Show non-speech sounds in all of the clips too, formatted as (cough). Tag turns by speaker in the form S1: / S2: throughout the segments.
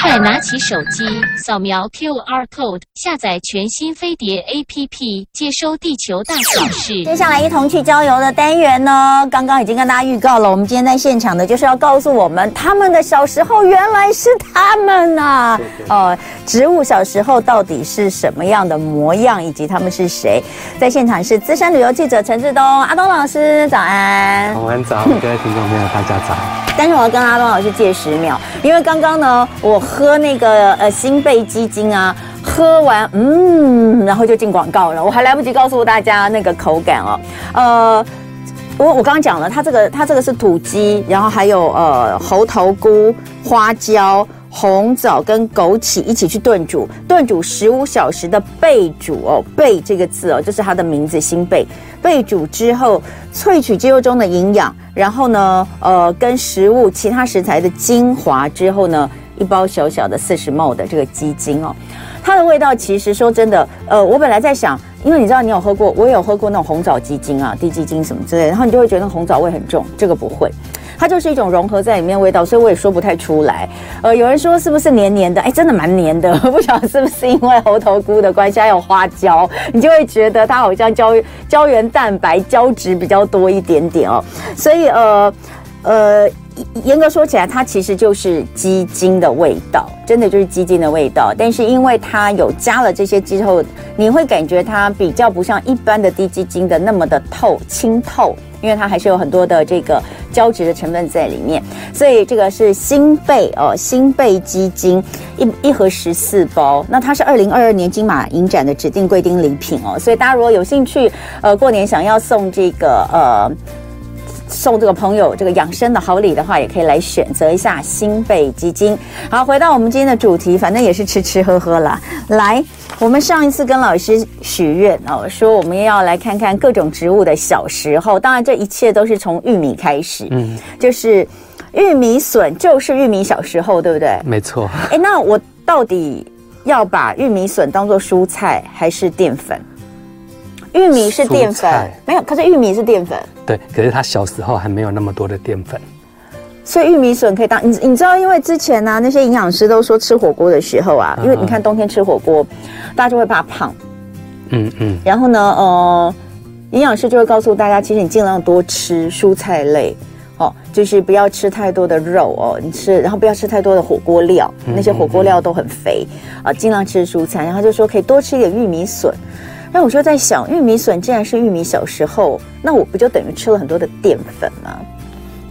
S1: 快拿起手机，扫描 QR code，下载全新飞碟 APP，接收地球大小事。
S2: 接下来一同去郊游的单元呢，刚刚已经跟大家预告了，我们今天在现场的就是要告诉我们，他们的小时候原来是他们呐、哦，植物小时候到底是什么样的模样，以及他们是谁？在现场是资深旅游记者陈志东，阿东老师早安。
S3: 晚安早，各位听众朋友，大家早。
S2: 但是我要跟阿东老师借十秒，因为刚刚呢，我喝那个呃新贝鸡精啊，喝完嗯，然后就进广告了，我还来不及告诉大家那个口感哦，呃。我我刚刚讲了，它这个它这个是土鸡，然后还有呃猴头菇、花椒、红枣跟枸杞一起去炖煮，炖煮十五小时的贝煮哦，贝这个字哦，就是它的名字新贝。贝煮之后，萃取鸡肉中的营养，然后呢，呃，跟食物其他食材的精华之后呢，一包小小的四十 ml 的这个鸡精哦，它的味道其实说真的，呃，我本来在想，因为你知道你有喝过，我也有喝过那种红枣鸡精啊、低鸡精什么之类的，然后你就会觉得那红枣味很重，这个不会。它就是一种融合在里面的味道，所以我也说不太出来。呃，有人说是不是黏黏的？哎，真的蛮黏的， (laughs) 不晓得是不是因为猴头菇的关系，还有花椒，你就会觉得它好像胶胶原蛋白胶质比较多一点点哦。所以呃呃，严格说起来，它其实就是鸡精的味道，真的就是鸡精的味道。但是因为它有加了这些之后，你会感觉它比较不像一般的低鸡精的那么的透清透，因为它还是有很多的这个胶质的成分在里面。所以这个是新贝哦，新贝鸡精一一盒十四包，那它是二零二二年金马影展的指定贵宾礼品哦。所以大家如果有兴趣，呃，过年想要送这个呃。送这个朋友这个养生的好礼的话，也可以来选择一下新北基金。好，回到我们今天的主题，反正也是吃吃喝喝啦。来，我们上一次跟老师许愿哦，说我们要来看看各种植物的小时候。当然，这一切都是从玉米开始，嗯，就是玉米笋就是玉米小时候，对不对？
S3: 没 (laughs) 错，
S2: 哎，那我到底要把玉米笋当做蔬菜还是淀粉？玉米是淀
S3: 蔬
S2: 粉
S3: 菜，
S2: 没有，可是玉米是淀粉。
S3: 对，可是他小时候还没有那么多的淀粉。
S2: 所以玉米笋可以当你你知道，因为之前呢、那些营养师都说吃火锅的时候啊，因为你看冬天吃火锅，大家就会怕胖，
S3: 嗯嗯，
S2: 然后呢，呃，营养师就会告诉大家，其实你尽量多吃蔬菜类。哦，就是不要吃太多的肉哦，你吃，然后不要吃太多的火锅料，那些火锅料都很肥啊，尽量吃蔬菜。然后就说可以多吃一点玉米笋。那我就在想，玉米笋既然是玉米小时候，那我不就等于吃了很多的淀粉吗？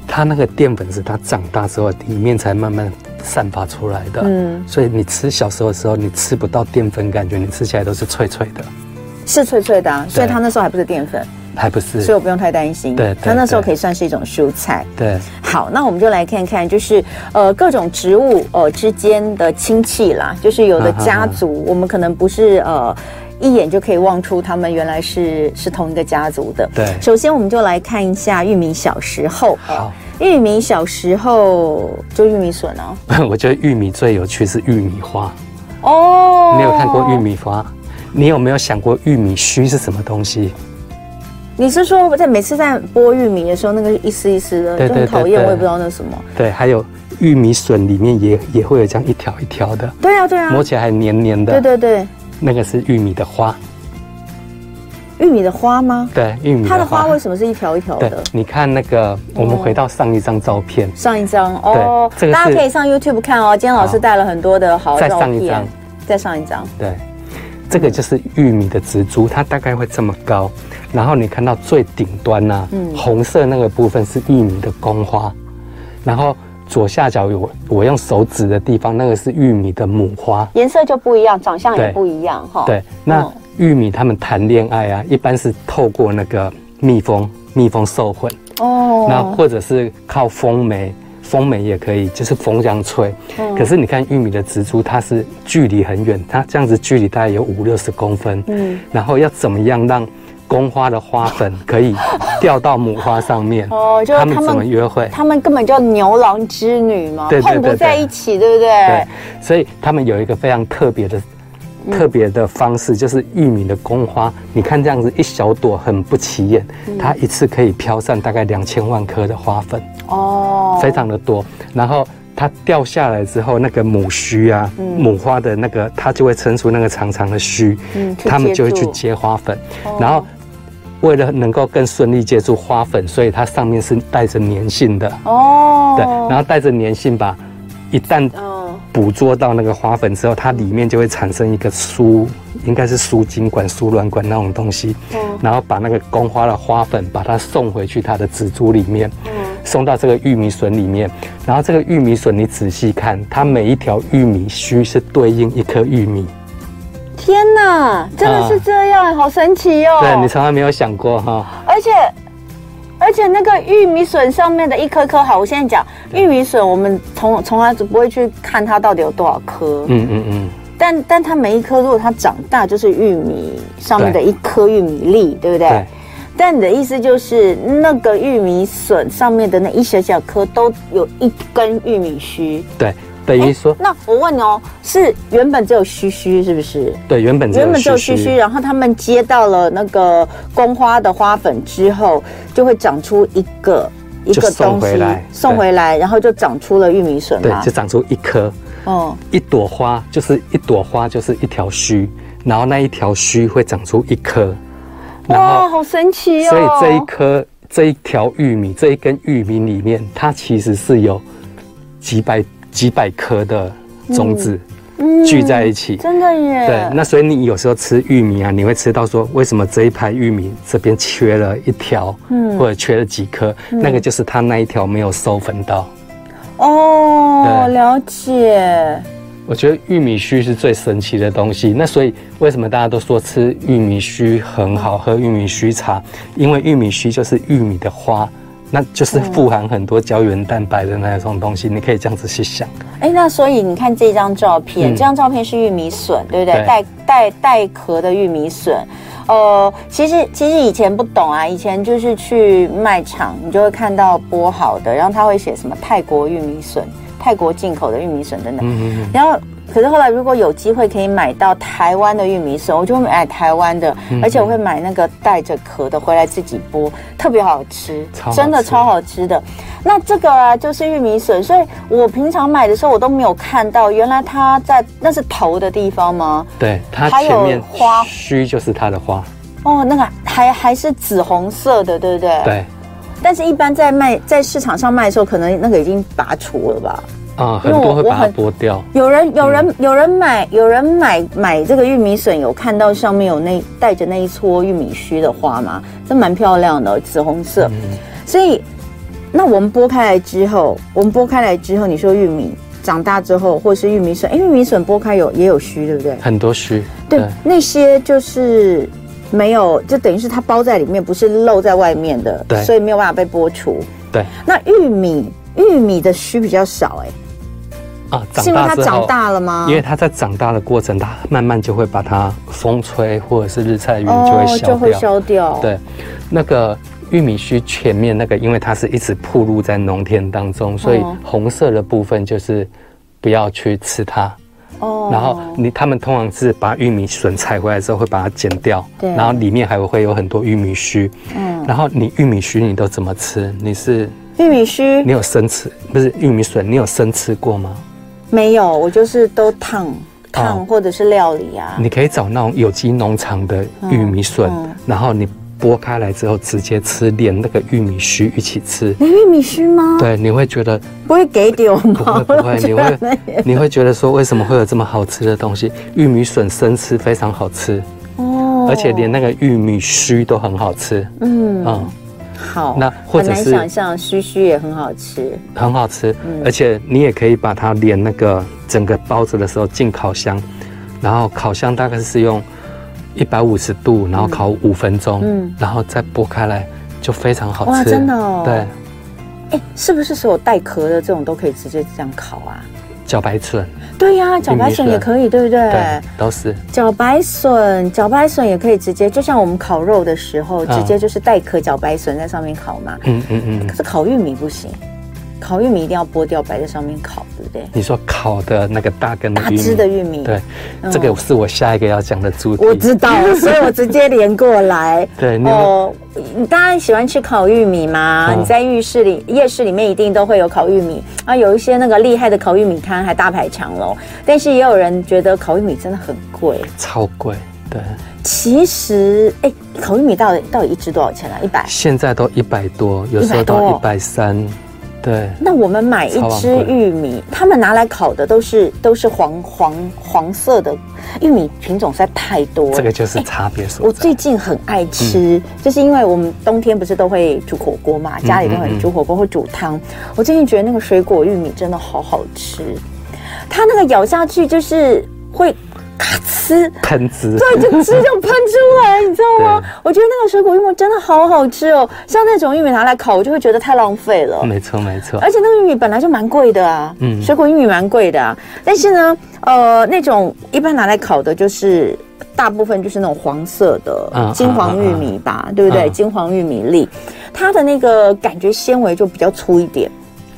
S3: 他那个淀粉是他长大之后里面才慢慢散发出来的。
S2: 嗯
S3: 嗯，所以你吃小时候的时候，你吃不到淀粉，感觉你吃起来都是脆脆的，
S2: 是脆脆的、啊，所以
S3: 对
S2: 它那时候还不是淀粉。
S3: 还不是
S2: 所以？我不用太担心。
S3: 对对
S2: 它那时候
S3: 对
S2: 可以算是一种蔬菜。
S3: 对，
S2: 好，那我们就来看看，就是呃各种植物呃之间的亲戚啦，就是有的
S3: 啊哈
S2: 家
S3: 哈
S2: 族，我们可能不是呃一眼就可以望出他们原来是是同一个家族的。
S3: 对
S2: 首先我们就来看一下玉米小时候。
S3: 好， (laughs)
S2: 玉米小时候就玉米笋哦。
S3: 我觉得玉米最有趣是玉米花。
S2: 哦
S3: 你有看过玉？米花？你有没有想过玉米须是什么东西？
S2: 你是说在每次在剥玉米的时候，那个一丝一丝的
S3: 对
S2: 就很
S3: 对对
S2: 讨厌，
S3: 对
S2: 我也不知道那是什么。
S3: 对，还有玉米笋里面也也会有这样一条一条的，
S2: 对啊，对啊
S3: 摸，起来还黏黏的。
S2: 对对对，
S3: 那个是玉米的花，
S2: 玉米的花吗？
S3: 对，玉米
S2: 它的
S3: 的
S2: 花
S3: 花。
S2: 为什么是一条一条
S3: 对
S2: 的？，
S3: 你看那个，我们回到上一张照片，
S2: 上一张哦，
S3: 这个是
S2: 大家可以上 YouTube 看哦。今天老师
S3: 好
S2: 带了很多的好
S3: 再
S2: 照
S3: 上一
S2: 片
S3: 张，
S2: 再上一张，
S3: 对，这个就是玉米的植株，它大概会这么高。然后你看到最顶端呐、红色那个部分是玉米的公花，然后左下角有我用手指的地方，那个是玉米的母花。
S2: 颜色就不一样，长相也
S3: 对
S2: 不一样哈。
S3: 对，那玉米他们谈恋爱啊，一般是透过那个蜜蜂，蜜蜂授粉，那
S2: 哦，
S3: 或者是靠风媒，风媒也可以，就是风这样吹。
S2: 哦
S3: 可是你看玉米的植株，它是距离很远，它这样子距离大概有五六十公分。
S2: 嗯
S3: 嗯，然后要怎么样让公花的花粉可以掉到母花上面？
S2: (laughs) 哦就是他
S3: 他们
S2: 们
S3: 怎么约会？
S2: 他们根本就牛郎织女嘛，
S3: 对对
S2: 碰不
S3: 对
S2: 在
S3: 对
S2: 一起，对不对
S3: 对？，所以他们有一个非常特别的、
S2: 嗯
S3: 特别的方式，就是玉米的公花，你看这样子一小朵很不起眼，
S2: 嗯
S3: 它一次可以飘散大概两千万颗的花粉，
S2: 哦，
S3: 非常的多。然后它掉下来之后，那个母须啊，母花的那个，它就会撑出那个长长的须，
S2: 嗯去
S3: 它们就会
S2: 接
S3: 去
S2: 住
S3: 接花粉，
S2: 哦
S3: 然后。为了能够更顺利接触花粉，所以它上面是带着粘性的，
S2: 哦，
S3: 对，然后带着粘性吧，一旦
S2: 嗯，
S3: 捕捉到那个花粉之后，它里面就会产生一个输，应该是输精管、输卵管那种东西，
S2: 嗯
S3: 然后把那个宫花的花粉把它送回去它的植株里面，
S2: 嗯
S3: 送到这个玉米笋里面。然后这个玉米笋你仔细看，它每一条玉米须是对应一颗玉米。
S2: 天哪，真的是这样，好神奇哦！
S3: 啊对你从来没有想过哈，
S2: 而且而且那个玉米笋上面的一颗颗，好，我现在讲玉米笋，我们从从来不会去看它到底有多少颗，
S3: 嗯嗯嗯，
S2: 但但它每一颗如果它长大就是玉米上面的一颗玉米粒，对不对？
S3: 对
S2: 但你的意思就是，那个玉米笋上面的那一小小颗都有一根玉米须。
S3: 对，等于说
S2: 那我问你哦，是原本只有须须是不是？
S3: 对原本只
S2: 哎原
S3: 有
S2: 本只有须
S3: 须
S2: 须，然后他们接到了那个宫花的花粉之后，就会长出一个一
S3: 就
S2: 个
S3: 送
S2: 东
S3: 回
S2: 西
S3: 来
S2: 送回来，然后就长出了玉米笋
S3: 对
S2: 嘛
S3: 就。长出一颗。
S2: 哦，
S3: 一朵花就是一朵花就是一条须，然后那一条须会长出一颗，然
S2: 哇，
S3: 后
S2: 好神奇哦！
S3: 所以这一颗这一条玉米这一根玉米里面，它其实是有几百几百颗的种子聚在一起。
S2: 嗯真的耶，
S3: 对，那所以你有时候吃玉米啊，你会吃到说，为什么这一排玉米这边缺了一条，
S2: 嗯
S3: 或者缺了几颗，那个就是它那一条没有授粉到。
S2: 哦，
S3: 对
S2: 了解，
S3: 我觉得玉米须是最神奇的东西。那所以为什么大家都说吃玉米须很好，喝玉米须茶？因为玉米须就是玉米的花，那就是富含很多胶原蛋白的那种东西。你可以这样子去想，
S2: 哎，那所以你看这张照片，
S3: 嗯
S2: 这张照片是玉米笋，对不对？
S3: 对
S2: 带带带壳的玉米笋。呃，其实其实以前不懂啊，以前就是去卖场，你就会看到剥好的，然后他会写什么泰国玉米笋、泰国进口的玉米笋等等。
S3: 嗯，
S2: 然后，可是后来如果有机会可以买到台湾的玉米笋，我就会买台湾的，而且我会买那个带着壳的回来自己剥，特别好吃，
S3: 超好吃
S2: 真的超好吃的。那这个啊，就是玉米笋，所以我平常买的时候我都没有看到，原来它在那是头的地方吗？
S3: 对，它
S2: 还有
S3: 前面
S2: 花
S3: 须就是它的花，
S2: 哦，那个还还是紫红色的，对不对？。
S3: 对，
S2: 但是，一般在卖在市场上卖的时候，可能那个已经拔除了吧？
S3: 啊、
S2: 因
S3: 很
S2: 为我
S3: 多会把
S2: 我
S3: 它
S2: 很
S3: 剥掉。
S2: 有人有人、有人买有人买买这个玉米笋，有看到上面有那带着那一撮玉米须的花吗？真蛮漂亮的，紫红色。
S3: 嗯
S2: 所以，那我们剥开来之后，我们剥开来之后，你说玉米长大之后，或是玉米笋，哎，玉米笋剥开有也有须，对不对？
S3: 很多须，
S2: 对，那些就是没有，就等于是它包在里面，不是露在外面的，
S3: 对
S2: 所以没有办法被剥除。
S3: 对
S2: 那玉米玉米的须比较少、哎
S3: 啊，
S2: 哎，是
S3: 长
S2: 因为它
S3: 大之
S2: 长
S3: 后。
S2: 大了吗？
S3: 因为它在长大的过程，它慢慢就会把它风吹或者是日晒雨淋嗯就会消
S2: 哦就会
S3: 掉。
S2: 消掉。，
S3: 对，那个玉米须前面那个，因为它是一直暴露在农田当中，所以
S2: 哦
S3: 红色的部分就是不要去吃它。
S2: 哦
S3: 然后你他们通常是把玉米笋采回来之后会把它剪掉，
S2: 对
S3: 然后里面还会有很多玉米须。
S2: 嗯，
S3: 然后你玉米须你都怎么吃？你是
S2: 玉米须
S3: 你有生吃不是玉米笋？你有生吃过吗？
S2: 没有，我就是都烫烫
S3: 哦
S2: 或者是料理啊。
S3: 你可以找那种有机农场的玉米笋，
S2: 嗯嗯
S3: 然后你剥开来之后直接吃，连那个玉米须一起吃。
S2: 你玉米须吗？，
S3: 对，你会觉得
S2: 不会给丢
S3: 不
S2: 吗？
S3: 会不会，你
S2: (laughs) 我觉得
S3: 会你会觉得说为什么会有这么好吃的东西？玉米笋生吃非常好吃，
S2: 哦
S3: 而且连那个玉米须都很好吃，
S2: 嗯
S3: 嗯，
S2: 好，
S3: 那或者
S2: 很难
S3: 是
S2: 想象须须也很好吃。
S3: 很好吃。
S2: 嗯
S3: 而且你也可以把它连那个整个包子的时候进烤箱，然后烤箱大概是用一百五十度，然后烤五分钟，
S2: 嗯
S3: 然后再剥开来就非常好吃。
S2: 哇真的哦
S3: 对，
S2: 哎，是不是所有带壳的这种都可以直接这样烤啊？
S3: 茭白笋，
S2: 对呀，茭白笋也可以，对不对？
S3: 对，都是
S2: 茭白笋，茭白笋也可以直接，就像我们烤肉的时候，
S3: 嗯
S2: 直接就是带壳茭白笋在上面烤嘛。
S3: 嗯嗯嗯，
S2: 可是烤玉米不行，烤玉米一定要剥掉，摆在上面烤，对不对？
S3: 你说烤的那个大根的
S2: 大
S3: 玉米，
S2: 只的玉米，
S3: 对，这个是我下一个要讲的主题。
S2: 嗯我知道，所以我直接连过来。
S3: (laughs) 对你有没有
S2: 哦，你大家喜欢吃烤玉米吗？
S3: 嗯
S2: 你在浴室里、夜市里面一定都会有烤玉米啊，有一些那个厉害的烤玉米摊还大排长龙。但是也有人觉得烤玉米真的很贵。
S3: 超贵，对，
S2: 其实，哎，烤玉米到底到底一只多少钱啊？一百。
S3: 现在都一百多，有时候
S2: 100
S3: 到
S2: 多
S3: 一百三，对，
S2: 那我们买一
S3: 超昂
S2: 只
S3: 贵
S2: 玉米，他们拿来烤的都是都是黄黄黄色的玉米品种，实在太多了。
S3: 这个就是差别所
S2: 我
S3: 在。嗯
S2: 最近很爱吃，就是因为我们冬天不是都会煮火锅嘛，家里都
S3: 嗯
S2: 会
S3: 嗯
S2: 煮火锅或煮汤。我最近觉得那个水果玉米真的好好吃，它那个咬下去就是会咔呲。
S3: 喷汁，
S2: 对，就汁就喷出来，你知道吗
S3: (laughs) 对？
S2: 我觉得那个水果玉米真的好好吃哦，像那种玉米拿来烤，我就会觉得太浪费了。
S3: 没错没错，
S2: 而且那个玉米本来就蛮贵的啊，
S3: 嗯
S2: 水果玉米蛮贵的啊。但是呢，呃，那种一般拿来烤的，就是大部分就是那种黄色的
S3: 嗯
S2: 金黄玉米吧，对不对？
S3: 嗯
S2: 金黄玉米粒，它的那个感觉纤维就比较粗一点。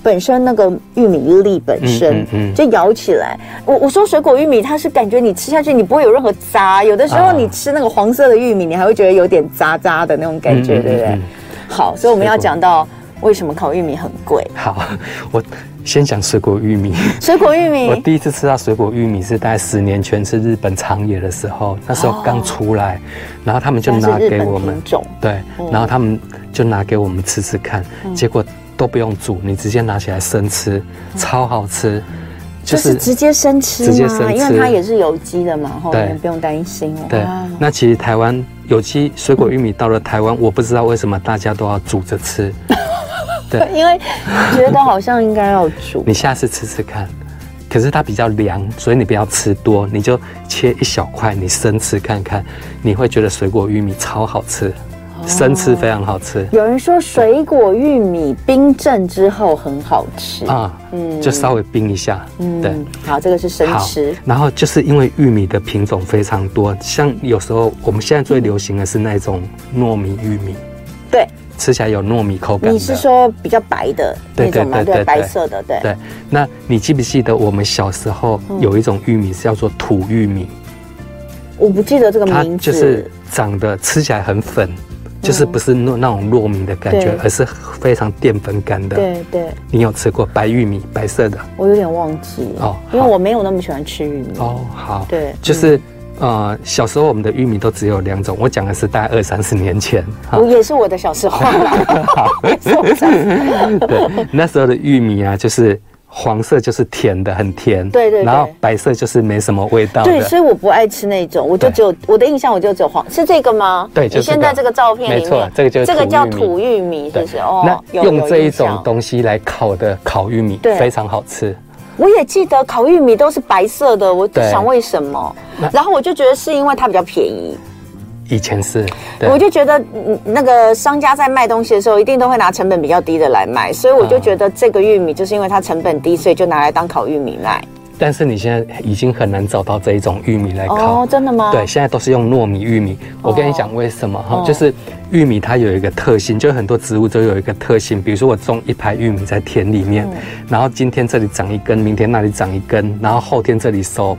S2: 本身那个玉米粒本身、
S3: 嗯嗯嗯
S2: 就咬起来，我我说水果玉米，它是感觉你吃下去你不会有任何渣，有的时候
S3: 啊
S2: 你吃那个黄色的玉米，你还会觉得有点渣渣的那种感觉，
S3: 嗯嗯
S2: 对不对？
S3: 嗯
S2: 好，所以我们要
S3: 水果
S2: 讲到为什么烤玉米很贵。
S3: 好， (laughs) 我先讲水果玉米。
S2: 水果玉
S3: 我
S2: 米，
S3: 第一次吃到水果玉米是大概十年前吃日本长野的时候，那时候刚出来，然后他们就
S2: 它
S3: 拿
S2: 哦是日
S3: 给
S2: 本
S3: 我们
S2: 品，哦种，
S3: 对，然后他们就拿给我们吃吃看，
S2: 嗯
S3: 结果都不用煮，你直接拿起来生吃，超好吃，
S2: 嗯就是直接生吃吗？
S3: 直接生吃
S2: 因为它也是有机的嘛，吼，
S3: 对
S2: 你们不用担心哦。
S3: 对
S2: 哇，
S3: 那其实台湾有机水果玉米到了台湾，我不知道为什么大家都要煮着吃。
S2: (laughs) 因为觉得好像应该要煮
S3: 你下次吃吃看，可是它比较凉，所以你不要吃多，你就切一小块，你生吃看看，你会觉得水果玉米超好吃，
S2: 哦
S3: 生吃非常好吃
S2: 有人说水果玉米冰镇之后很好吃，
S3: 啊，
S2: 嗯
S3: 就稍微冰一下，对。，
S2: 好，这个是生
S3: 好
S2: 吃，
S3: 然后就是因为玉米的品种非常多，像有时候我们现在最流行的是那种糯米玉米，
S2: 对，
S3: 吃起来有糯米口感的。
S2: 你是说比较白的那
S3: 对
S2: 种吗？
S3: 对对
S2: 对，
S3: 对
S2: 白色的，对，嗯
S3: 对，那你记不记得我们小时候有一种玉米是叫做土玉米，
S2: 我不记得这个
S3: 它
S2: 名
S3: 就是
S2: 字，嗯
S3: 长得吃起来很粉，就是不是糯那种糯米的感觉
S2: 对，
S3: 而是非常淀粉感的。
S2: 对对，
S3: 你有吃过白玉米，白色的？
S2: 我有点忘记
S3: 哦
S2: 了，因为
S3: 好
S2: 我没有那么喜欢吃玉米，
S3: 哦，好，
S2: 对嗯
S3: 就是。呃，小时候我们的玉米都只有两种，我讲的是大概二三十年前，哈
S2: 我也是我的小时候啦，也是我的小时候
S3: (laughs) 对，那时候的玉米啊，就是黄色就是甜的，很甜，
S2: 对对对
S3: 然后白色就是没什么味道的，
S2: 对，所以我不爱吃那种，我就
S3: 哦对
S2: 只有我的印象，我就只有黄，是这个吗？
S3: 对就
S2: 你
S3: 是这
S2: 现
S3: 个
S2: 在这个照片里面
S3: 没错，这个就是
S2: 这个
S3: 土
S2: 叫
S3: 玉米
S2: 土玉米，是
S3: 对
S2: 不是？哦，
S3: 那
S2: 有
S3: 用这一，
S2: 有
S3: 种
S2: 印象
S3: 东西来烤的烤玉米
S2: 对
S3: 非常好吃，
S2: 我也记得烤玉米都是白色的，我就
S3: 对
S2: 想为什么
S3: 那？
S2: 然后我就觉得是因为它比较便宜，
S3: 以前是，对
S2: 我就觉得嗯那个商家在卖东西的时候，一定都会拿成本比较低的来卖，所以我就
S3: 啊
S2: 觉得这个玉米就是因为它成本低，所以就拿来当烤玉米卖。
S3: 但是你现在已经很难找到这一种玉米来烤。
S2: 哦，真的吗？
S3: 对，，现在都是用糯米玉米。我跟你讲为什
S2: 哦
S3: 么哈、就是玉米它有一个特性，就是很多植物都有一个特性。比如说我种一排玉米在田里面，
S2: 嗯
S3: 然后今天这里长一根，明天那里长一根，然后后天这里收，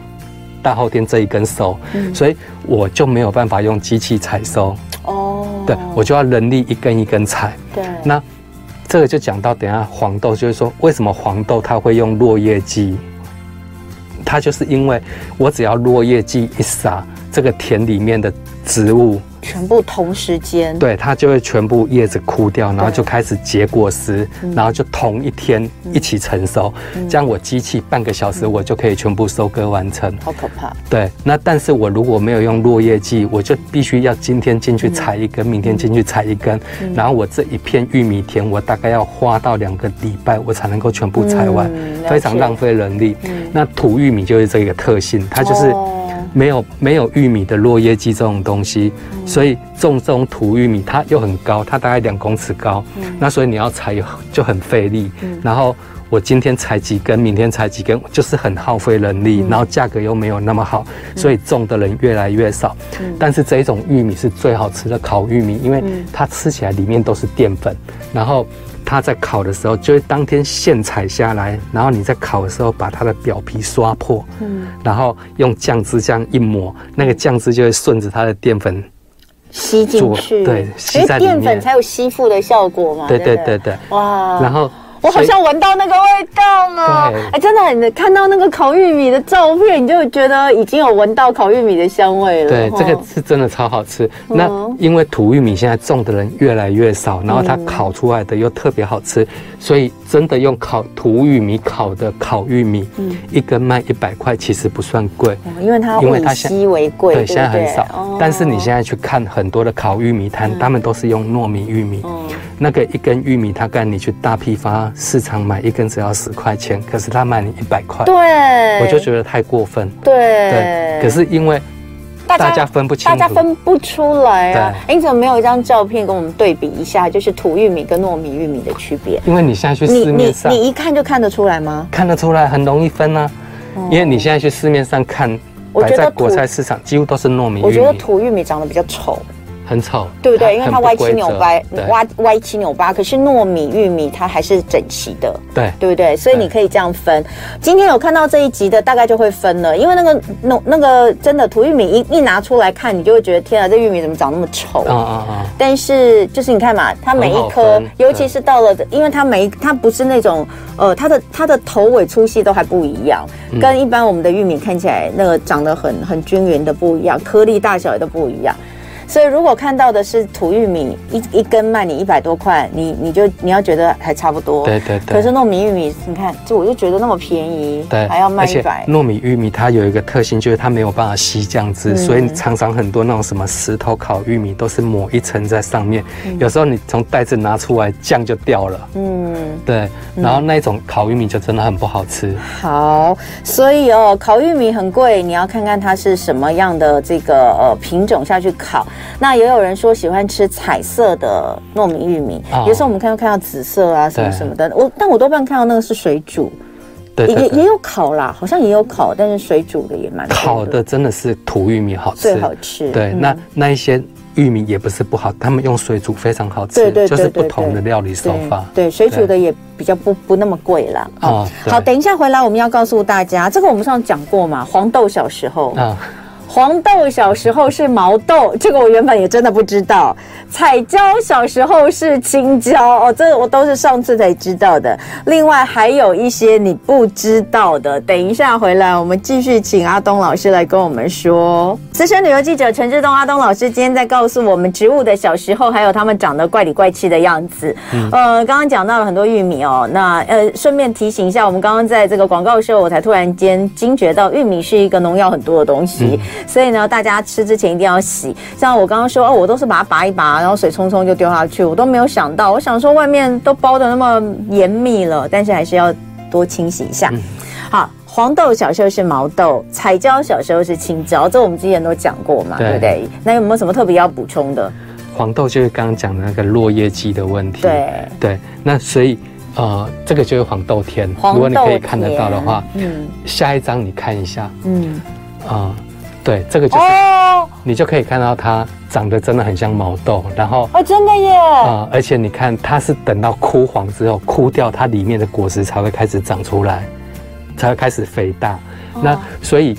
S3: 大后天这一根收，
S2: 嗯
S3: 所以我就没有办法用机器采收，
S2: 哦，
S3: 对我就要人力一根一根采。
S2: 对，
S3: 那这个就讲到等一下黄豆，就是说为什么黄豆它会用落叶剂？它就是因为我只要落叶剂一撒，这个田里面的植物，
S2: 全部同时间。
S3: 对它就会全部叶子枯掉，然后
S2: 对
S3: 就开始结果实，然后就同一天一起成熟。这样我机器半个小时我就可以全部收割完成。
S2: 好可怕！
S3: 对，那但是我如果没有用落叶剂，我就必须要今天进去采一根，明天进去采一根，
S2: 嗯
S3: 然后我这一片玉米田，我大概要花到两个礼拜，我才能够全部采完，
S2: 嗯了解嗯
S3: 非常浪费人力。那土玉米就是这个特性，它就是
S2: 哦
S3: 没有、没有玉米的落叶剂这种东西，所以种这种土玉米它又很高，它大概两公尺高，那所以你要采就很费力，然后。我今天采几根，明天采几根，就是很耗费人力，然后价格又没有那么好，所以种的人越来越少。但是这一种玉米是最好吃的烤玉米，因为它吃起来里面都是淀粉，然后。它在烤的时候，就是当天现采下来，然后你在烤的时候把它的表皮刷破，嗯，然后用酱汁这样一抹，那个酱汁就会顺着它的淀粉，
S2: 吸进去，
S3: 做对
S2: 所以
S3: 吸在里面
S2: 淀粉才有吸附的效果嘛。
S3: 对
S2: 哦对
S3: 对
S2: 不
S3: 对，对，
S2: 哇，
S3: 然后
S2: 我好
S3: 所以
S2: 像闻到那个味道了
S3: 对。
S2: 哎，真的很看到那个烤玉米的照片，你就会觉得已经有闻到烤玉米的香味了。
S3: 对，
S2: 哦
S3: 这个是真的超好吃。那
S2: 嗯
S3: 因为土玉米现在种的人越来越少，然后它烤出来的又特别好吃，所以真的用烤土玉米烤的烤玉米，
S2: 嗯
S3: 一根卖一百块，其实不算贵。
S2: 哦因为它
S3: 因为
S2: 物以
S3: 它现
S2: 稀为贵，对不
S3: 现在很
S2: 对
S3: 少，但是你
S2: 哦
S3: 现在去看很多的烤玉米摊，他们都是用糯米玉米，
S2: 嗯
S3: 那个一根玉米，它跟你去大批发市场买一根只要十块钱，可是他卖你一百块，
S2: 对，
S3: 我就觉得太过分。
S2: 对
S3: 对，可是因为
S2: 大
S3: 大
S2: 家
S3: 家分不清
S2: 大
S3: 楚，
S2: 家分不出来啊！
S3: 对
S2: 哎，你怎么没有一张照片跟我们对比一下，就是土玉米跟糯米玉米的区别？
S3: 因为你现在去
S2: 你
S3: 市面
S2: 你
S3: 上，
S2: 你一看就看得出来吗？
S3: 看得出来，很容易分啊。因为你现在去市面上看，
S2: 哦我觉
S3: 摆
S2: 得
S3: 在
S2: 土
S3: 果菜市场几乎都是糯米
S2: 我
S3: 玉
S2: 觉得
S3: 米，
S2: 土玉米长得比较丑，
S3: 很丑，
S2: 对不对？因为它
S3: (laughs) 很
S2: 歪
S3: 不
S2: 七
S3: 规
S2: 扭
S3: 则
S2: 八，
S3: 对
S2: 歪歪七扭八。可是糯米玉米它还是整齐的，
S3: 对
S2: 对不对？所以
S3: 对
S2: 你可以这样分。今天有看到这一集的，大概就会分了，因为那个那那个真的土玉米一一拿出来看，你就会觉得天啊，这玉米怎么长那么丑
S3: 啊啊啊！
S2: 但是就是你看嘛，它每一
S3: 很好
S2: 颗
S3: 分，
S2: 尤其是到了，因为它每一它不是那种呃，它的它的头尾粗细都还不一样，
S3: 嗯
S2: 跟一般我们的玉米看起来那个长得很很均匀的不一样，颗粒大小也都不一样。所以如果看到的是土玉米一一根卖你一百多块，你你就你要觉得还差不多。
S3: 对对对
S2: 可是糯米玉米，你看这我就觉得那么便宜，
S3: 对，
S2: 还要卖
S3: 而
S2: 一
S3: 且
S2: 百。
S3: 糯米玉米它有一个特性，就是它没有办法吸酱
S2: 嗯
S3: 汁，所以常常很多那种什么石头烤玉米都是抹一层在上面，有时候你从袋子拿出来酱就掉了。
S2: 嗯，
S3: 对，然后那种烤玉米就真的很不好吃。
S2: 好，所以哦，烤玉米很贵，你要看看它是什么样的这个呃品种下去烤。那也有人说喜欢吃彩色的糯米玉米，
S3: 哦
S2: 有时候我们看到看到紫色啊什么
S3: 对
S2: 什么的，我但我多半看到那个是水煮，
S3: 对
S2: 也
S3: 对
S2: 也也
S3: 对，
S2: 有烤啦，好像也有烤，但是水煮的也蛮多
S3: 烤的真的是土玉米好吃。
S2: 最好吃。
S3: 对，
S2: 嗯
S3: 那那一些玉米也不是不好，他们用水煮非常好吃，
S2: 对对对
S3: 就是不
S2: 对
S3: 同的料理手法。
S2: 对对，水煮的也比较不不那么贵啦。哦
S3: 哦，对
S2: 好，等一下回来我们要告诉大家，这个我们上次讲过嘛，黄豆小时候
S3: 啊，
S2: 黄豆小时候是毛豆，这个我原本也真的不知道。彩椒小时候是青椒，哦，这我都是上次才知道的。另外还有一些你不知道的，等一下回来我们继续请阿东老师来跟我们说。资深旅游记者陈志东阿东老师今天在告诉我们植物的小时候，还有它们长得怪里怪气的样子。呃，刚刚讲到了很多玉米哦，那呃，顺便提醒一下，我们刚刚在这个广告的时候，我才突然间惊觉到，玉米是一个农药很多的东西，所以呢，大家吃之前一定要洗。像我刚刚说，哦，我都是把它拔一拔，然后水冲冲就丢下去，我都没有想到，我想说外面都包的那么严密了，但是还是要多清洗一下。好，黄豆小时候是毛豆，彩椒小时候是青椒，这我们之前都讲过嘛，对
S3: 对
S2: 不对？那有没有什么特别要补充的？
S3: 黄豆就是刚刚讲的那个落叶季的问题。
S2: 对
S3: 对，那所以呃，这个就是黄豆田。
S2: 黄豆
S3: 如果你可以看得到的话，
S2: 嗯
S3: 下一张你看一下
S2: 嗯，
S3: 啊、对，这个就是、
S2: 哦
S3: 你就可以看到它长得真的很像毛豆，然后。
S2: 哦，真的耶！
S3: 啊、而且你看，它是等到枯黄之后，枯掉它里面的果实才会开始长出来，才会开始肥大。
S2: 哦
S3: 那所以，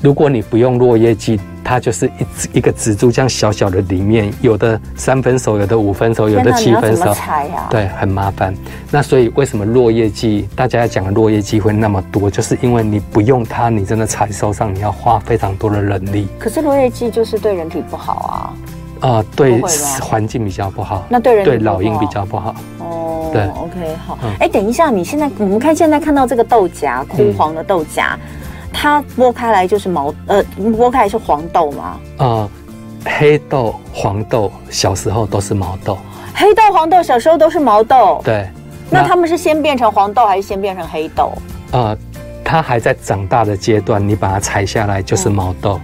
S3: 如果你不用落叶剂，它就是一只一个植株这样小小的，里面有的三分熟，有的五分熟，有
S2: 天
S3: 的
S2: 哪，你
S3: 七
S2: 要
S3: 分
S2: 怎么
S3: 熟，
S2: 采啊呀？
S3: 对，很麻烦。那所以为什么落叶剂大家要讲的落叶剂会那么多，就是因为你不用它，你真的采收上你要花非常多的人力
S2: 可是落叶剂就是对人体不好啊。
S3: 啊、对
S2: 不会吧
S3: 环境比较不好，
S2: 那对人体
S3: 对
S2: 不
S3: 老鹰
S2: 好啊
S3: 比较不好。
S2: 哦，
S3: 对
S2: ，OK，好
S3: 嗯。
S2: 哎，等一下，你现在我们看现在看到这个豆荚，枯黄的豆荚，它剥开来就是毛，呃，剥开来是黄豆吗？
S3: 呃，黑豆、黄豆小时候都是毛豆，
S2: 黑豆、黄豆小时候都是毛豆，
S3: 对。
S2: 那它们是先变成黄豆还是先变成黑豆？
S3: 那呃，它还在长大的阶段，你把它采下来就是毛豆。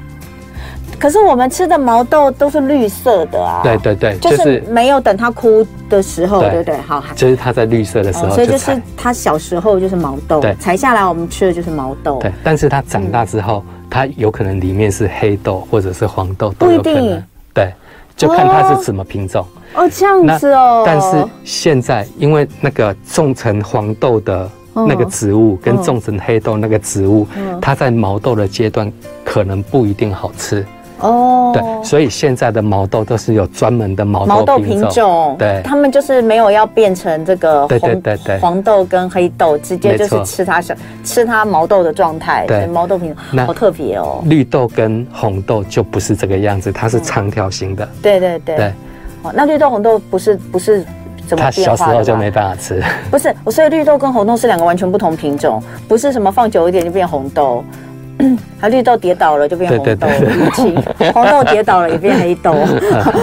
S2: 可是我们吃的毛豆都是绿色的啊，
S3: 对，对对，
S2: 就
S3: 就是是
S2: 没有等它枯的时候，
S3: 对
S2: 对不对？好，还
S3: 就是它在绿色的时
S2: 哦
S3: 候
S2: 所以就
S3: 就是采，
S2: 它小时候就是毛豆
S3: 对，
S2: 采下来我们吃的就是毛豆，
S3: 对。但是它长大之后，它有可能里面是黑豆或者是黄豆，
S2: 不
S3: 都
S2: 一
S3: 有可
S2: 定
S3: 能。对，就看它是什么品种。
S2: 哦，这样子哦。
S3: 但是现在因为那个种成黄豆的
S2: 哦
S3: 那个植物跟种成黑豆那个植物，它在毛豆的阶段可能不一定好吃。
S2: 哦，
S3: 对，所以现在的毛豆都是有专门的毛
S2: 毛
S3: 豆
S2: 豆
S3: 品
S2: 品
S3: 种。
S2: 种，
S3: 对
S2: 他们就是没有要变成这个
S3: 对对
S2: 红
S3: 对对
S2: 黄豆跟黑豆，直接就
S3: 没
S2: 是
S3: 错
S2: 吃它小吃它毛豆的状态，
S3: 对
S2: 所以毛豆品种
S3: 那
S2: 好特别哦。
S3: 绿豆跟红豆就不是这个样子，它是长条形的。
S2: 对对对，
S3: 对，
S2: 哦，那绿豆红豆不是不是怎么
S3: 它
S2: 变
S3: 小时
S2: 化
S3: 候
S2: 的
S3: 就
S2: 吧
S3: 没办法吃。
S2: 不是，哦所以绿豆跟红豆是两个完全不同品种，不是什么放久一点就变红豆。 (coughs) 啊，绿豆跌倒了就变红豆，
S3: 对对对
S2: 一起黄豆跌倒了也变黑
S3: (laughs)
S2: 豆。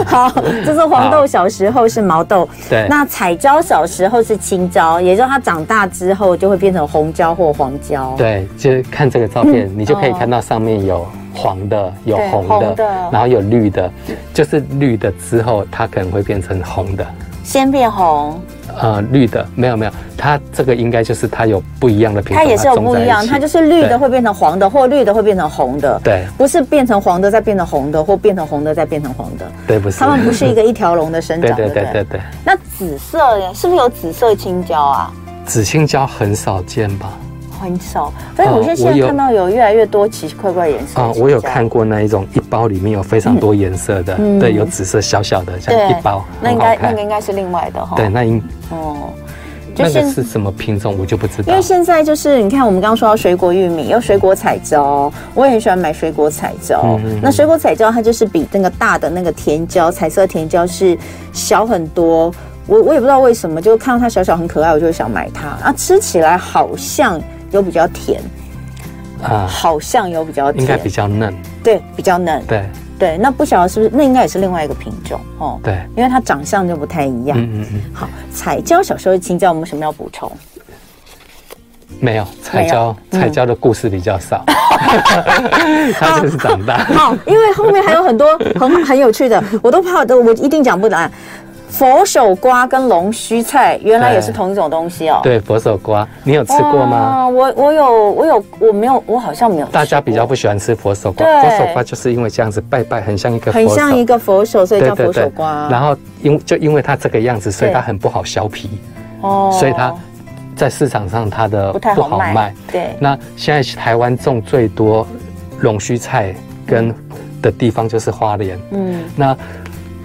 S2: 好，这是黄豆小时候是毛豆，
S3: 对
S2: 那彩椒小时候是青椒，也就是它长大之后就会变成红椒或黄椒。，
S3: 对，就是看这个照片，你就可以看到上面有黄的，有
S2: 嗯对
S3: 红
S2: 红
S3: 的
S2: 的，
S3: 然后有绿的，就是绿的之后它可能会变成红的。
S2: 先变红，
S3: 呃，绿的没有没有，它这个应该就是它有不一样的品种，
S2: 它也是有
S3: 种
S2: 不
S3: 在
S2: 一样，
S3: 起
S2: 它就是绿的
S3: 对
S2: 会变成黄的，或绿的会变成红的。
S3: 对
S2: 不是变成黄的再变成红的，或变成红的再变成黄的，
S3: 对不是，
S2: 它们不是一个一条龙的生
S3: (laughs) 对
S2: 长，
S3: 对
S2: 不
S3: 对对对，
S2: 那紫色耶，是不是有紫色青椒啊？
S3: 紫青椒很少见吧？
S2: 很少，但是哎我现在
S3: 我有
S2: 看到有越来越多奇奇怪怪颜色的青
S3: 啊、
S2: 椒
S3: 哦我有看，过那一种一包里面有非常多颜色的，
S2: 嗯
S3: 对，有紫色小小的，像
S2: 对，
S3: 一包，
S2: 那
S3: 很
S2: 应
S3: 好
S2: 该
S3: 看
S2: 那个应该是另外的哈。
S3: 对，，那应
S2: 哦，就
S3: 那
S2: 现
S3: 个是什么品种我就不知
S2: 因
S3: 道
S2: 为。现在就是你看，我们刚刚说到水果玉米，有水果彩椒，我也很喜欢买水果彩椒。
S3: 嗯嗯嗯
S2: 那水果彩椒它就是比那个大的那个甜椒，彩色甜椒是小很多。我我也不知道为什么，就看到它小小很可爱，我就会想买它。啊，吃起来好像有比较甜，
S3: 啊、
S2: 好像有比较甜，
S3: 应该比较嫩，
S2: 对，比较嫩。
S3: 对
S2: 对，那不晓得是不是那应该也是另外一个品种哦，
S3: 对，
S2: 因为它长相就不太一样。
S3: 嗯嗯嗯，
S2: 好，彩椒小时候是青椒，我们有什么要补充？
S3: 没有彩椒，
S2: 嗯
S3: 彩椒的故事比较
S2: (laughs)
S3: 少，它就是长大。
S2: 好，哦因为后面还有很
S3: (laughs)
S2: 多很很有趣的，我都怕我都我一定讲不完。佛手瓜跟龙须菜原来也是同一种东西哦。，
S3: 对，佛手瓜，你有吃过吗？？
S2: 我我有我有我没有我好像没有吃过。
S3: 大家比较不喜欢吃佛手瓜，
S2: 对
S3: 佛手瓜就是因为这样子拜拜，很像一个佛
S2: 很
S3: 手，
S2: 像一个佛手，所以
S3: 对
S2: 叫
S3: 对
S2: 佛手
S3: 对。
S2: 瓜。
S3: 然后因就因为它这个样子，所以
S2: 对
S3: 它很不好削皮，
S2: 哦
S3: 所以它在市场上它的
S2: 不太
S3: 不
S2: 好
S3: 好
S2: 卖
S3: 卖。。
S2: 对，
S3: 那现在台湾种最多龙须菜跟的地方就是花莲，
S2: 嗯，
S3: 那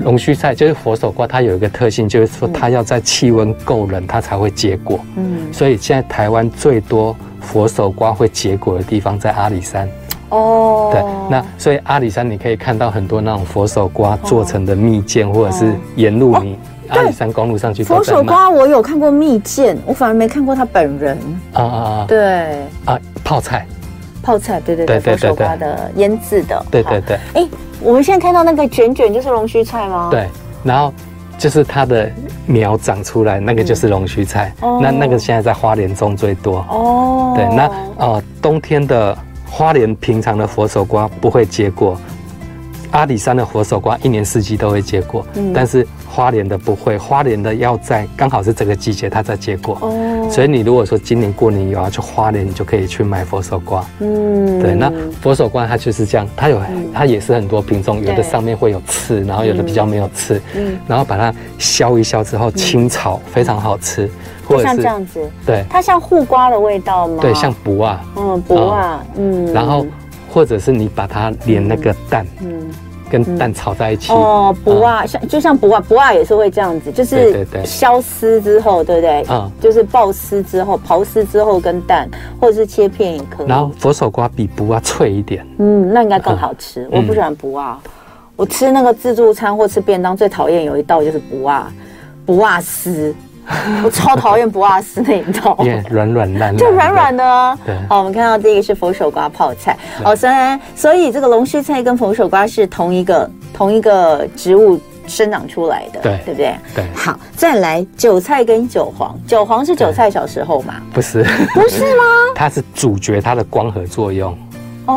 S3: 龙须菜就是佛手瓜，它有一个特性，就是说它要在气温够冷，它才会结果。
S2: 嗯，
S3: 所以现在台湾最多佛手瓜会结果的地方在阿里山。
S2: 哦，
S3: 对，那所以阿里山你可以看到很多那种佛手瓜做成的蜜饯，或者是沿路你阿里山公路上去
S2: 哦佛
S3: 都在
S2: 手
S3: 卖。
S2: 瓜我有看过蜜饯，我反而没看过他本人。
S3: 啊啊
S2: 对，
S3: 啊！啊，泡菜，
S2: 泡菜，对对对，
S3: 对对
S2: 佛手
S3: 对
S2: 瓜的腌制的，
S3: 对对对
S2: 好。哎，我们现在看到那个卷卷就是龙须菜吗？，
S3: 对，然后。就是它的苗长出来，那个就是龙须菜。
S2: 哦
S3: 那那个现在在花莲种最多。
S2: 哦，
S3: 对，那呃，冬天的花莲平常的佛手瓜不会结果，阿里山的佛手瓜一年四季都会结果，
S2: 嗯
S3: 但是花莲的不会，花莲的要在刚好是这个季节它才结果。
S2: 哦，
S3: 所以你如果说今年过年有要去花莲，你就可以去买佛手瓜。
S2: 嗯
S3: 对，那佛手瓜它就是这样，它有
S2: 嗯
S3: 它也是很多品种，有的
S2: 对
S3: 上面会有刺，然后有的比较没有刺，
S2: 嗯，
S3: 然后把它削一削之后清炒，非常好吃，
S2: 嗯就
S3: 或者
S2: 像这
S3: 是
S2: 样子，
S3: 对
S2: 它像护瓜的味道吗？
S3: 对像卜啊，
S2: 嗯不啊，嗯，
S3: 然后或者是你把它连那个蛋
S2: 嗯
S3: 跟蛋炒在一起，
S2: 哦不啊，像就像不啊不啊也是会这样子，就
S3: 嗯对
S2: 是
S3: 对对
S2: 削丝之后，对不对？
S3: 嗯
S2: 就是爆丝之后，刨丝之后跟蛋，或者是切片也可以。
S3: 然后佛手瓜比卜啊脆一点，
S2: 嗯，那应该更好吃。我不喜欢不啊，我吃那个自助餐或吃便当最讨厌有一道就是不啊，不啊丝，我超讨厌不啊丝那一
S3: (laughs)
S2: 道。
S3: 因为软软烂烂，
S2: 就软软
S3: 的。
S2: 的哦
S3: 对。
S2: 好，我们看到这个是佛手瓜泡菜哦，虽然所以这个龙须菜跟佛手瓜是同一个同一个植物生长出来的，
S3: 对
S2: 对不对？
S3: 对
S2: 好，再来韭菜跟韭黄，韭黄是韭菜小时候嘛？
S3: 不是， (laughs)
S2: 不是吗？
S3: 它是主角它的光合作用，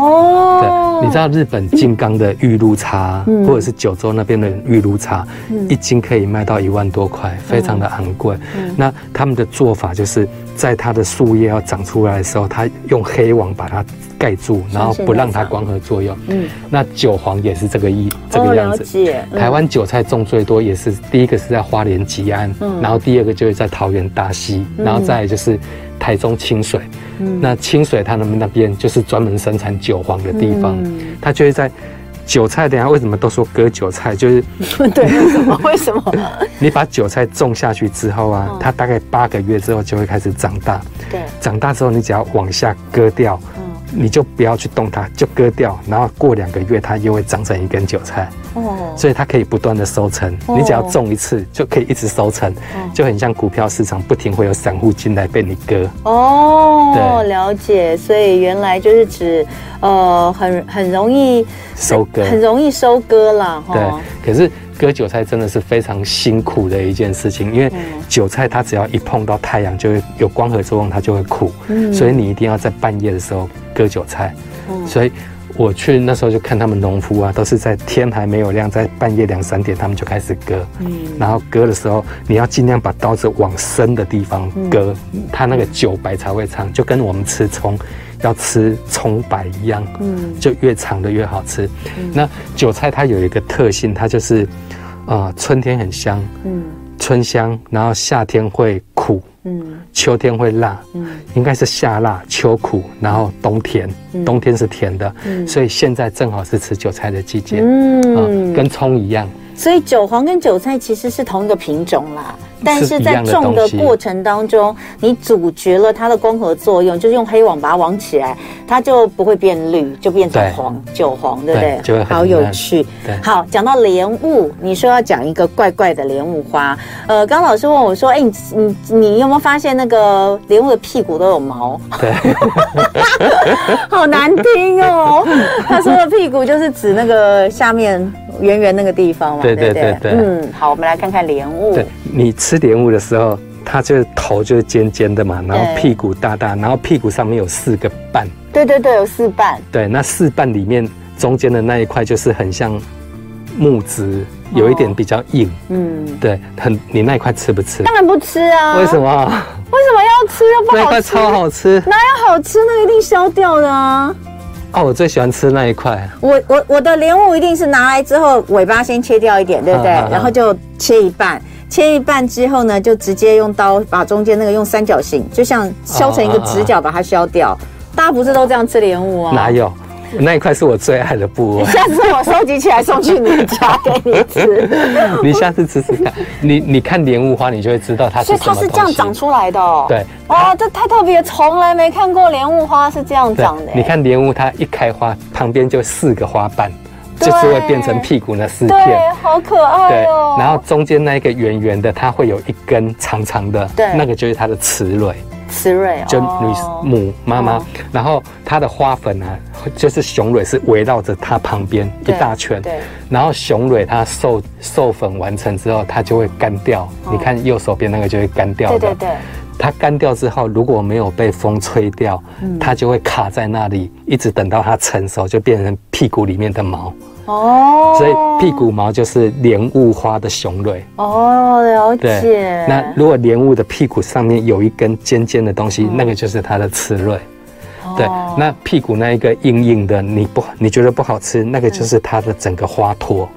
S2: 哦，
S3: 对，你知道日本静冈的玉露茶，
S2: 嗯
S3: 或者是九州那边的玉露茶，
S2: 嗯
S3: 一斤可以卖到一万多块，非常的昂贵。
S2: 嗯
S3: 那他们的做法就是在它的树叶要长出来的时候，它用黑网把它盖住，然后不让它光合作用。
S2: 嗯，
S3: 那韭黄也是这个意这
S2: 哦，
S3: 个样
S2: 了
S3: 子。
S2: 解，嗯
S3: 台湾韭菜种最多，也是第一个是在花莲吉安，
S2: 嗯
S3: 然后第二个就是在桃园大溪，
S2: 嗯
S3: 然后再来就是台中清水。
S2: 嗯
S3: 那清水他们那边就是专门生产韭黄的地方，
S2: 嗯
S3: 它就会在韭菜。等一下为什么都说割韭菜？就是
S2: (laughs) 对，为什么？为什么？
S3: (laughs) 你把韭菜种下去之后啊
S2: 嗯，
S3: 它大概八个月之后就会开始长大。
S2: 对，
S3: 长大之后，你只要往下割掉，
S2: 嗯，
S3: 你就不要去动它，就割掉。然后过两个月，它又会长成一根韭菜，
S2: 哦，
S3: 所以它可以不断的收成。
S2: 哦
S3: 你只要种一次，就可以一直收成，就很像股票市场，不停会有散户进来被你割。
S2: 哦，
S3: 对
S2: 了解，所以原来就是指，呃，很很容易
S3: 收割
S2: 很哦容易收割啦，
S3: 对
S2: 哈，，
S3: 可是割韭菜真的是非常辛苦的一件事情，因为
S2: 嗯
S3: 韭菜它只要一碰到太阳，就会有光合作用，它就会苦，
S2: 嗯
S3: 所以你一定要在半夜的时候割韭菜。
S2: 嗯
S3: 所以我去那时候就看他们农夫啊，都是在天还没有亮，在半夜两三点他们就开始割，然后割的时候你要尽量把刀子往深的地方割，它那个韭白才会长，就跟我们吃葱要吃葱白一样。
S2: 嗯
S3: 就越长的越好吃。那韭菜它有一个特性，它就是，啊、春天很香，
S2: 嗯
S3: 春香，然后夏天会苦，
S2: 嗯
S3: 秋天会辣，
S2: 嗯
S3: 应该是夏辣，秋苦，然后冬甜，
S2: 嗯
S3: 冬天是甜的，
S2: 嗯
S3: 所以现在正好是吃韭菜的季节。啊、
S2: 嗯，
S3: 跟葱一样，
S2: 所以韭黄跟韭菜其实是同一个品种啦，但是
S3: 一
S2: 在
S3: 样的
S2: 种的
S3: 东西
S2: 过程当中，你阻绝了它的光合作用，就是用黑网把它网起来，它就不会变绿，就变成
S3: 对
S2: 黄韭黄，对不对？
S3: 对就会很
S2: 好有
S3: 嫩
S2: 趣
S3: 对。
S2: 好，讲到莲雾，你说要讲一个怪怪的莲雾花，呃，刚老师问我说，哎，你你你有没有发现那个莲雾的屁股都有毛？ (laughs)
S3: 对，
S2: 好难听
S3: (laughs)
S2: 哦。他说的屁股就是指那个下面圆圆那个地方嘛，
S3: 对
S2: 不
S3: 对对对
S2: 嗯，好，我们来看看莲雾。
S3: 对你吃莲雾的时候，它就是头就是尖尖的嘛，然后
S2: 对
S3: 屁股大大，然后屁股上面有四个瓣，
S2: 对对对，有四瓣。
S3: 对，那四瓣里面中间的那一块就是很像木质，有一
S2: 哦
S3: 点比较硬，
S2: 嗯，
S3: 对，很你那一块吃不吃？
S2: 当然不吃啊。
S3: 为什？么？
S2: 为什么要吃？又不
S3: 那一
S2: 好
S3: 块
S2: 吃。
S3: 超好吃
S2: 哪有好吃？那个一定消掉的啊！
S3: 哦！我最喜欢吃那一块，
S2: 我我我的莲雾一定是拿来之后尾巴先切掉一点，
S3: (laughs)
S2: 对不对？
S3: 嗯嗯嗯
S2: 然后就切一半，切一半之后呢，就直接用刀把中间那个用三角形，就像削成一个直角把它削掉。大家不是都这样吃莲雾啊？，
S3: (laughs) 哪有？那一块是我最爱的部
S2: (laughs)
S3: 位
S2: 下次我收集起来送去你家给你
S3: (laughs)
S2: 吃。
S3: 你下次吃吃看。你你看莲雾花，你就会知道它
S2: 所
S3: 是
S2: 以
S3: 什么
S2: 它
S3: 东西。
S2: 是这样长出来的哦。
S3: 对。
S2: 哇，这太特别，从来没看过莲雾花是这样
S3: 对
S2: 长的。欸
S3: 你，看莲雾，它一开花旁边就四个花瓣，
S2: 对
S3: 就是会变成屁股那四片。
S2: 对，好可爱
S3: 对
S2: 哦，。
S3: 然后中间那一个圆圆的，它会有一根长长的，
S2: 对
S3: 那个就是它的雌蕊，
S2: 雌蕊，
S3: 就女
S2: 哦
S3: 母妈
S2: 哦
S3: 妈。然后它的花粉啊，就是雄蕊是围绕着它旁边一
S2: 对
S3: 大圈。
S2: 对，
S3: 然后雄蕊它授授粉完成之后，它就会干掉。你看右手边那个就会干掉
S2: 对
S3: 的。
S2: 哦对对，
S3: 它干掉之后，如果没有被风吹掉，它就会卡在那里，一直等到它成熟，就变成屁股里面的毛。
S2: 哦
S3: 所以屁股毛就是莲雾花的雄蕊。
S2: 哦，了
S3: 对，
S2: 解。
S3: 那如果莲雾的屁股上面有一根尖尖的东西，那个就是它的雌蕊。对，
S2: 嗯哦
S3: 那屁股那一个硬硬的，你不你觉得不好吃，那个就是它的整个花托。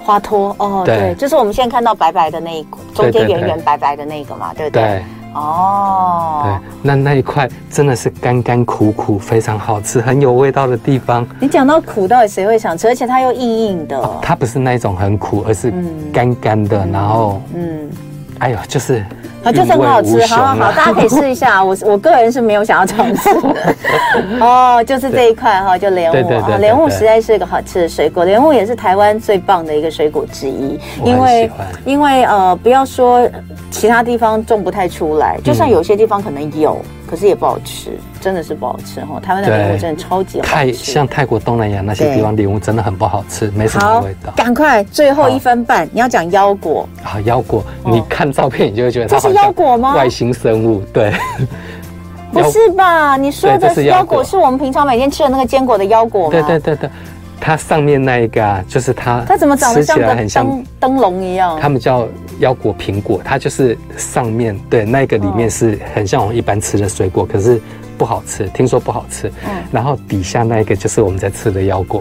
S2: 花托哦，
S3: 对
S2: 对，就是我们现在看到白白的那一股，中间
S3: 对对
S2: 圆
S3: 对
S2: 圆白白的那个嘛，对不对？
S3: 对对
S2: 哦，，
S3: 那那一块真的是甘甘苦苦，非常好吃，很有味道的地方。
S2: 你讲到苦，到底谁会想吃？而且它又硬硬的，
S3: 它不是那一种很苦，而是干干的，然后
S2: 嗯。
S3: 哎呦，就是
S2: 好，啊就是很好
S3: 韵
S2: 吃
S3: 味，无
S2: 好
S3: 穷
S2: 好好，
S3: 啊！
S2: 大家可以试一
S3: (laughs)
S2: 下。我我个人是没有想要尝试。哦，就是这一块哈，就莲
S3: 对
S2: 雾
S3: 对对
S2: 啊，
S3: 对
S2: 莲雾
S3: 对
S2: 实在是个好吃的水果，莲雾也是台湾最棒的一个水果之一，
S3: 我
S2: 因
S3: 很
S2: 为
S3: 喜欢
S2: 因为呃，不要说其他地方种不太出来，
S3: 嗯
S2: 就算有些地方可能有，可是也不好吃，真的是不好吃哈。台湾的莲雾
S3: 对
S2: 真的超级好
S3: 泰
S2: 吃。
S3: 像泰国、东南亚那些地方，莲雾真的很不好吃，没什么
S2: 好
S3: 味道，。
S2: 赶快最后
S3: 好
S2: 一分半，你要讲腰果，
S3: 啊，腰果，
S2: 哦
S3: 你看照片你就会觉得它
S2: 这是
S3: 好像
S2: 腰果吗
S3: 外星生物，对，
S2: 不是吧？你说
S3: 对
S2: 的
S3: 这是
S2: 腰
S3: 腰
S2: 果
S3: 果
S2: 是我们平常每天吃的那个坚果的腰果吗？
S3: 对对对对，它上面那一个啊，就是它，
S2: 它怎么长得
S3: 吃起
S2: 像
S3: 来
S2: 个
S3: 很像
S2: 灯？灯笼一样？
S3: 他们叫腰果苹果，它就是上面对那个里面是很像我们一般吃的水果，可是不好吃，听说不好吃。
S2: 嗯
S3: 然后底下那一个就是我们在吃的
S2: (laughs)
S3: 腰果。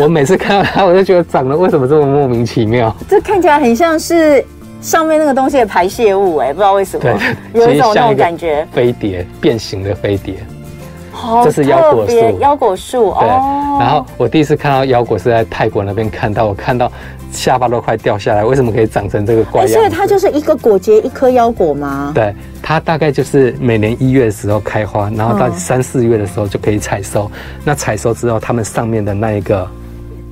S3: 我每次看到它，我就觉得长得为什么这么莫名其妙？
S2: 这看起来很像是上面那个东西的排泄物、哎，不知道为什么
S3: 对，
S2: 有一
S3: 其实
S2: 种那
S3: 像
S2: 种
S3: 一个
S2: 感觉，
S3: 飞碟变形的飞碟，
S2: 好
S3: 这是腰果
S2: 特别
S3: 树
S2: 腰果树
S3: 对。
S2: 哦
S3: 然后我第一次看到腰果是在泰国那边看到，我看到下巴都快掉下来，为什么可以长成这个怪
S2: 哎
S3: 样子？
S2: 所以它就是一个果节一颗腰果吗？
S3: 对，它大概就是每年一月的时候开花，然后到
S2: 嗯
S3: 三四月的时候就可以采收。那采收之后，它们上面的那一个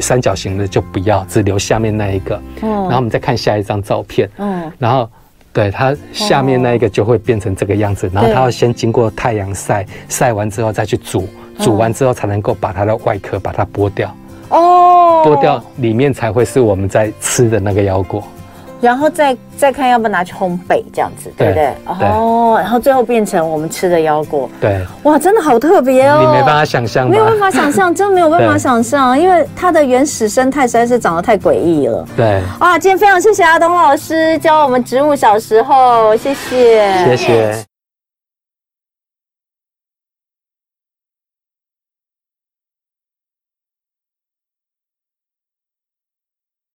S3: 三角形的就不要，只留下面那一个。
S2: 嗯
S3: 然后我们再看下一张照片，
S2: 嗯，
S3: 然后。对它下面那一个就会变成这个样子，
S2: 哦
S3: 然后它要先经过太阳晒，晒完之后再去煮，
S2: 嗯
S3: 煮完之后才能够把它的外壳把它剥掉，
S2: 哦，
S3: 剥掉，里面才会是我们在吃的那个腰果。
S2: 然后再再看要不要拿去烘焙这样子，对不对
S3: 对？对
S2: 哦，然后最后变成我们吃的腰果，
S3: 对，
S2: 哇，真的好特别哦，
S3: 你没办法想象吧？
S2: 没有办法想象，真没有办法
S3: (laughs) 对
S2: 想象，因为它的原始生态实在是长得太诡异了。
S3: 对，
S2: 啊，今天非常谢谢阿东老师教我们植物小时候，谢谢，
S3: 谢谢。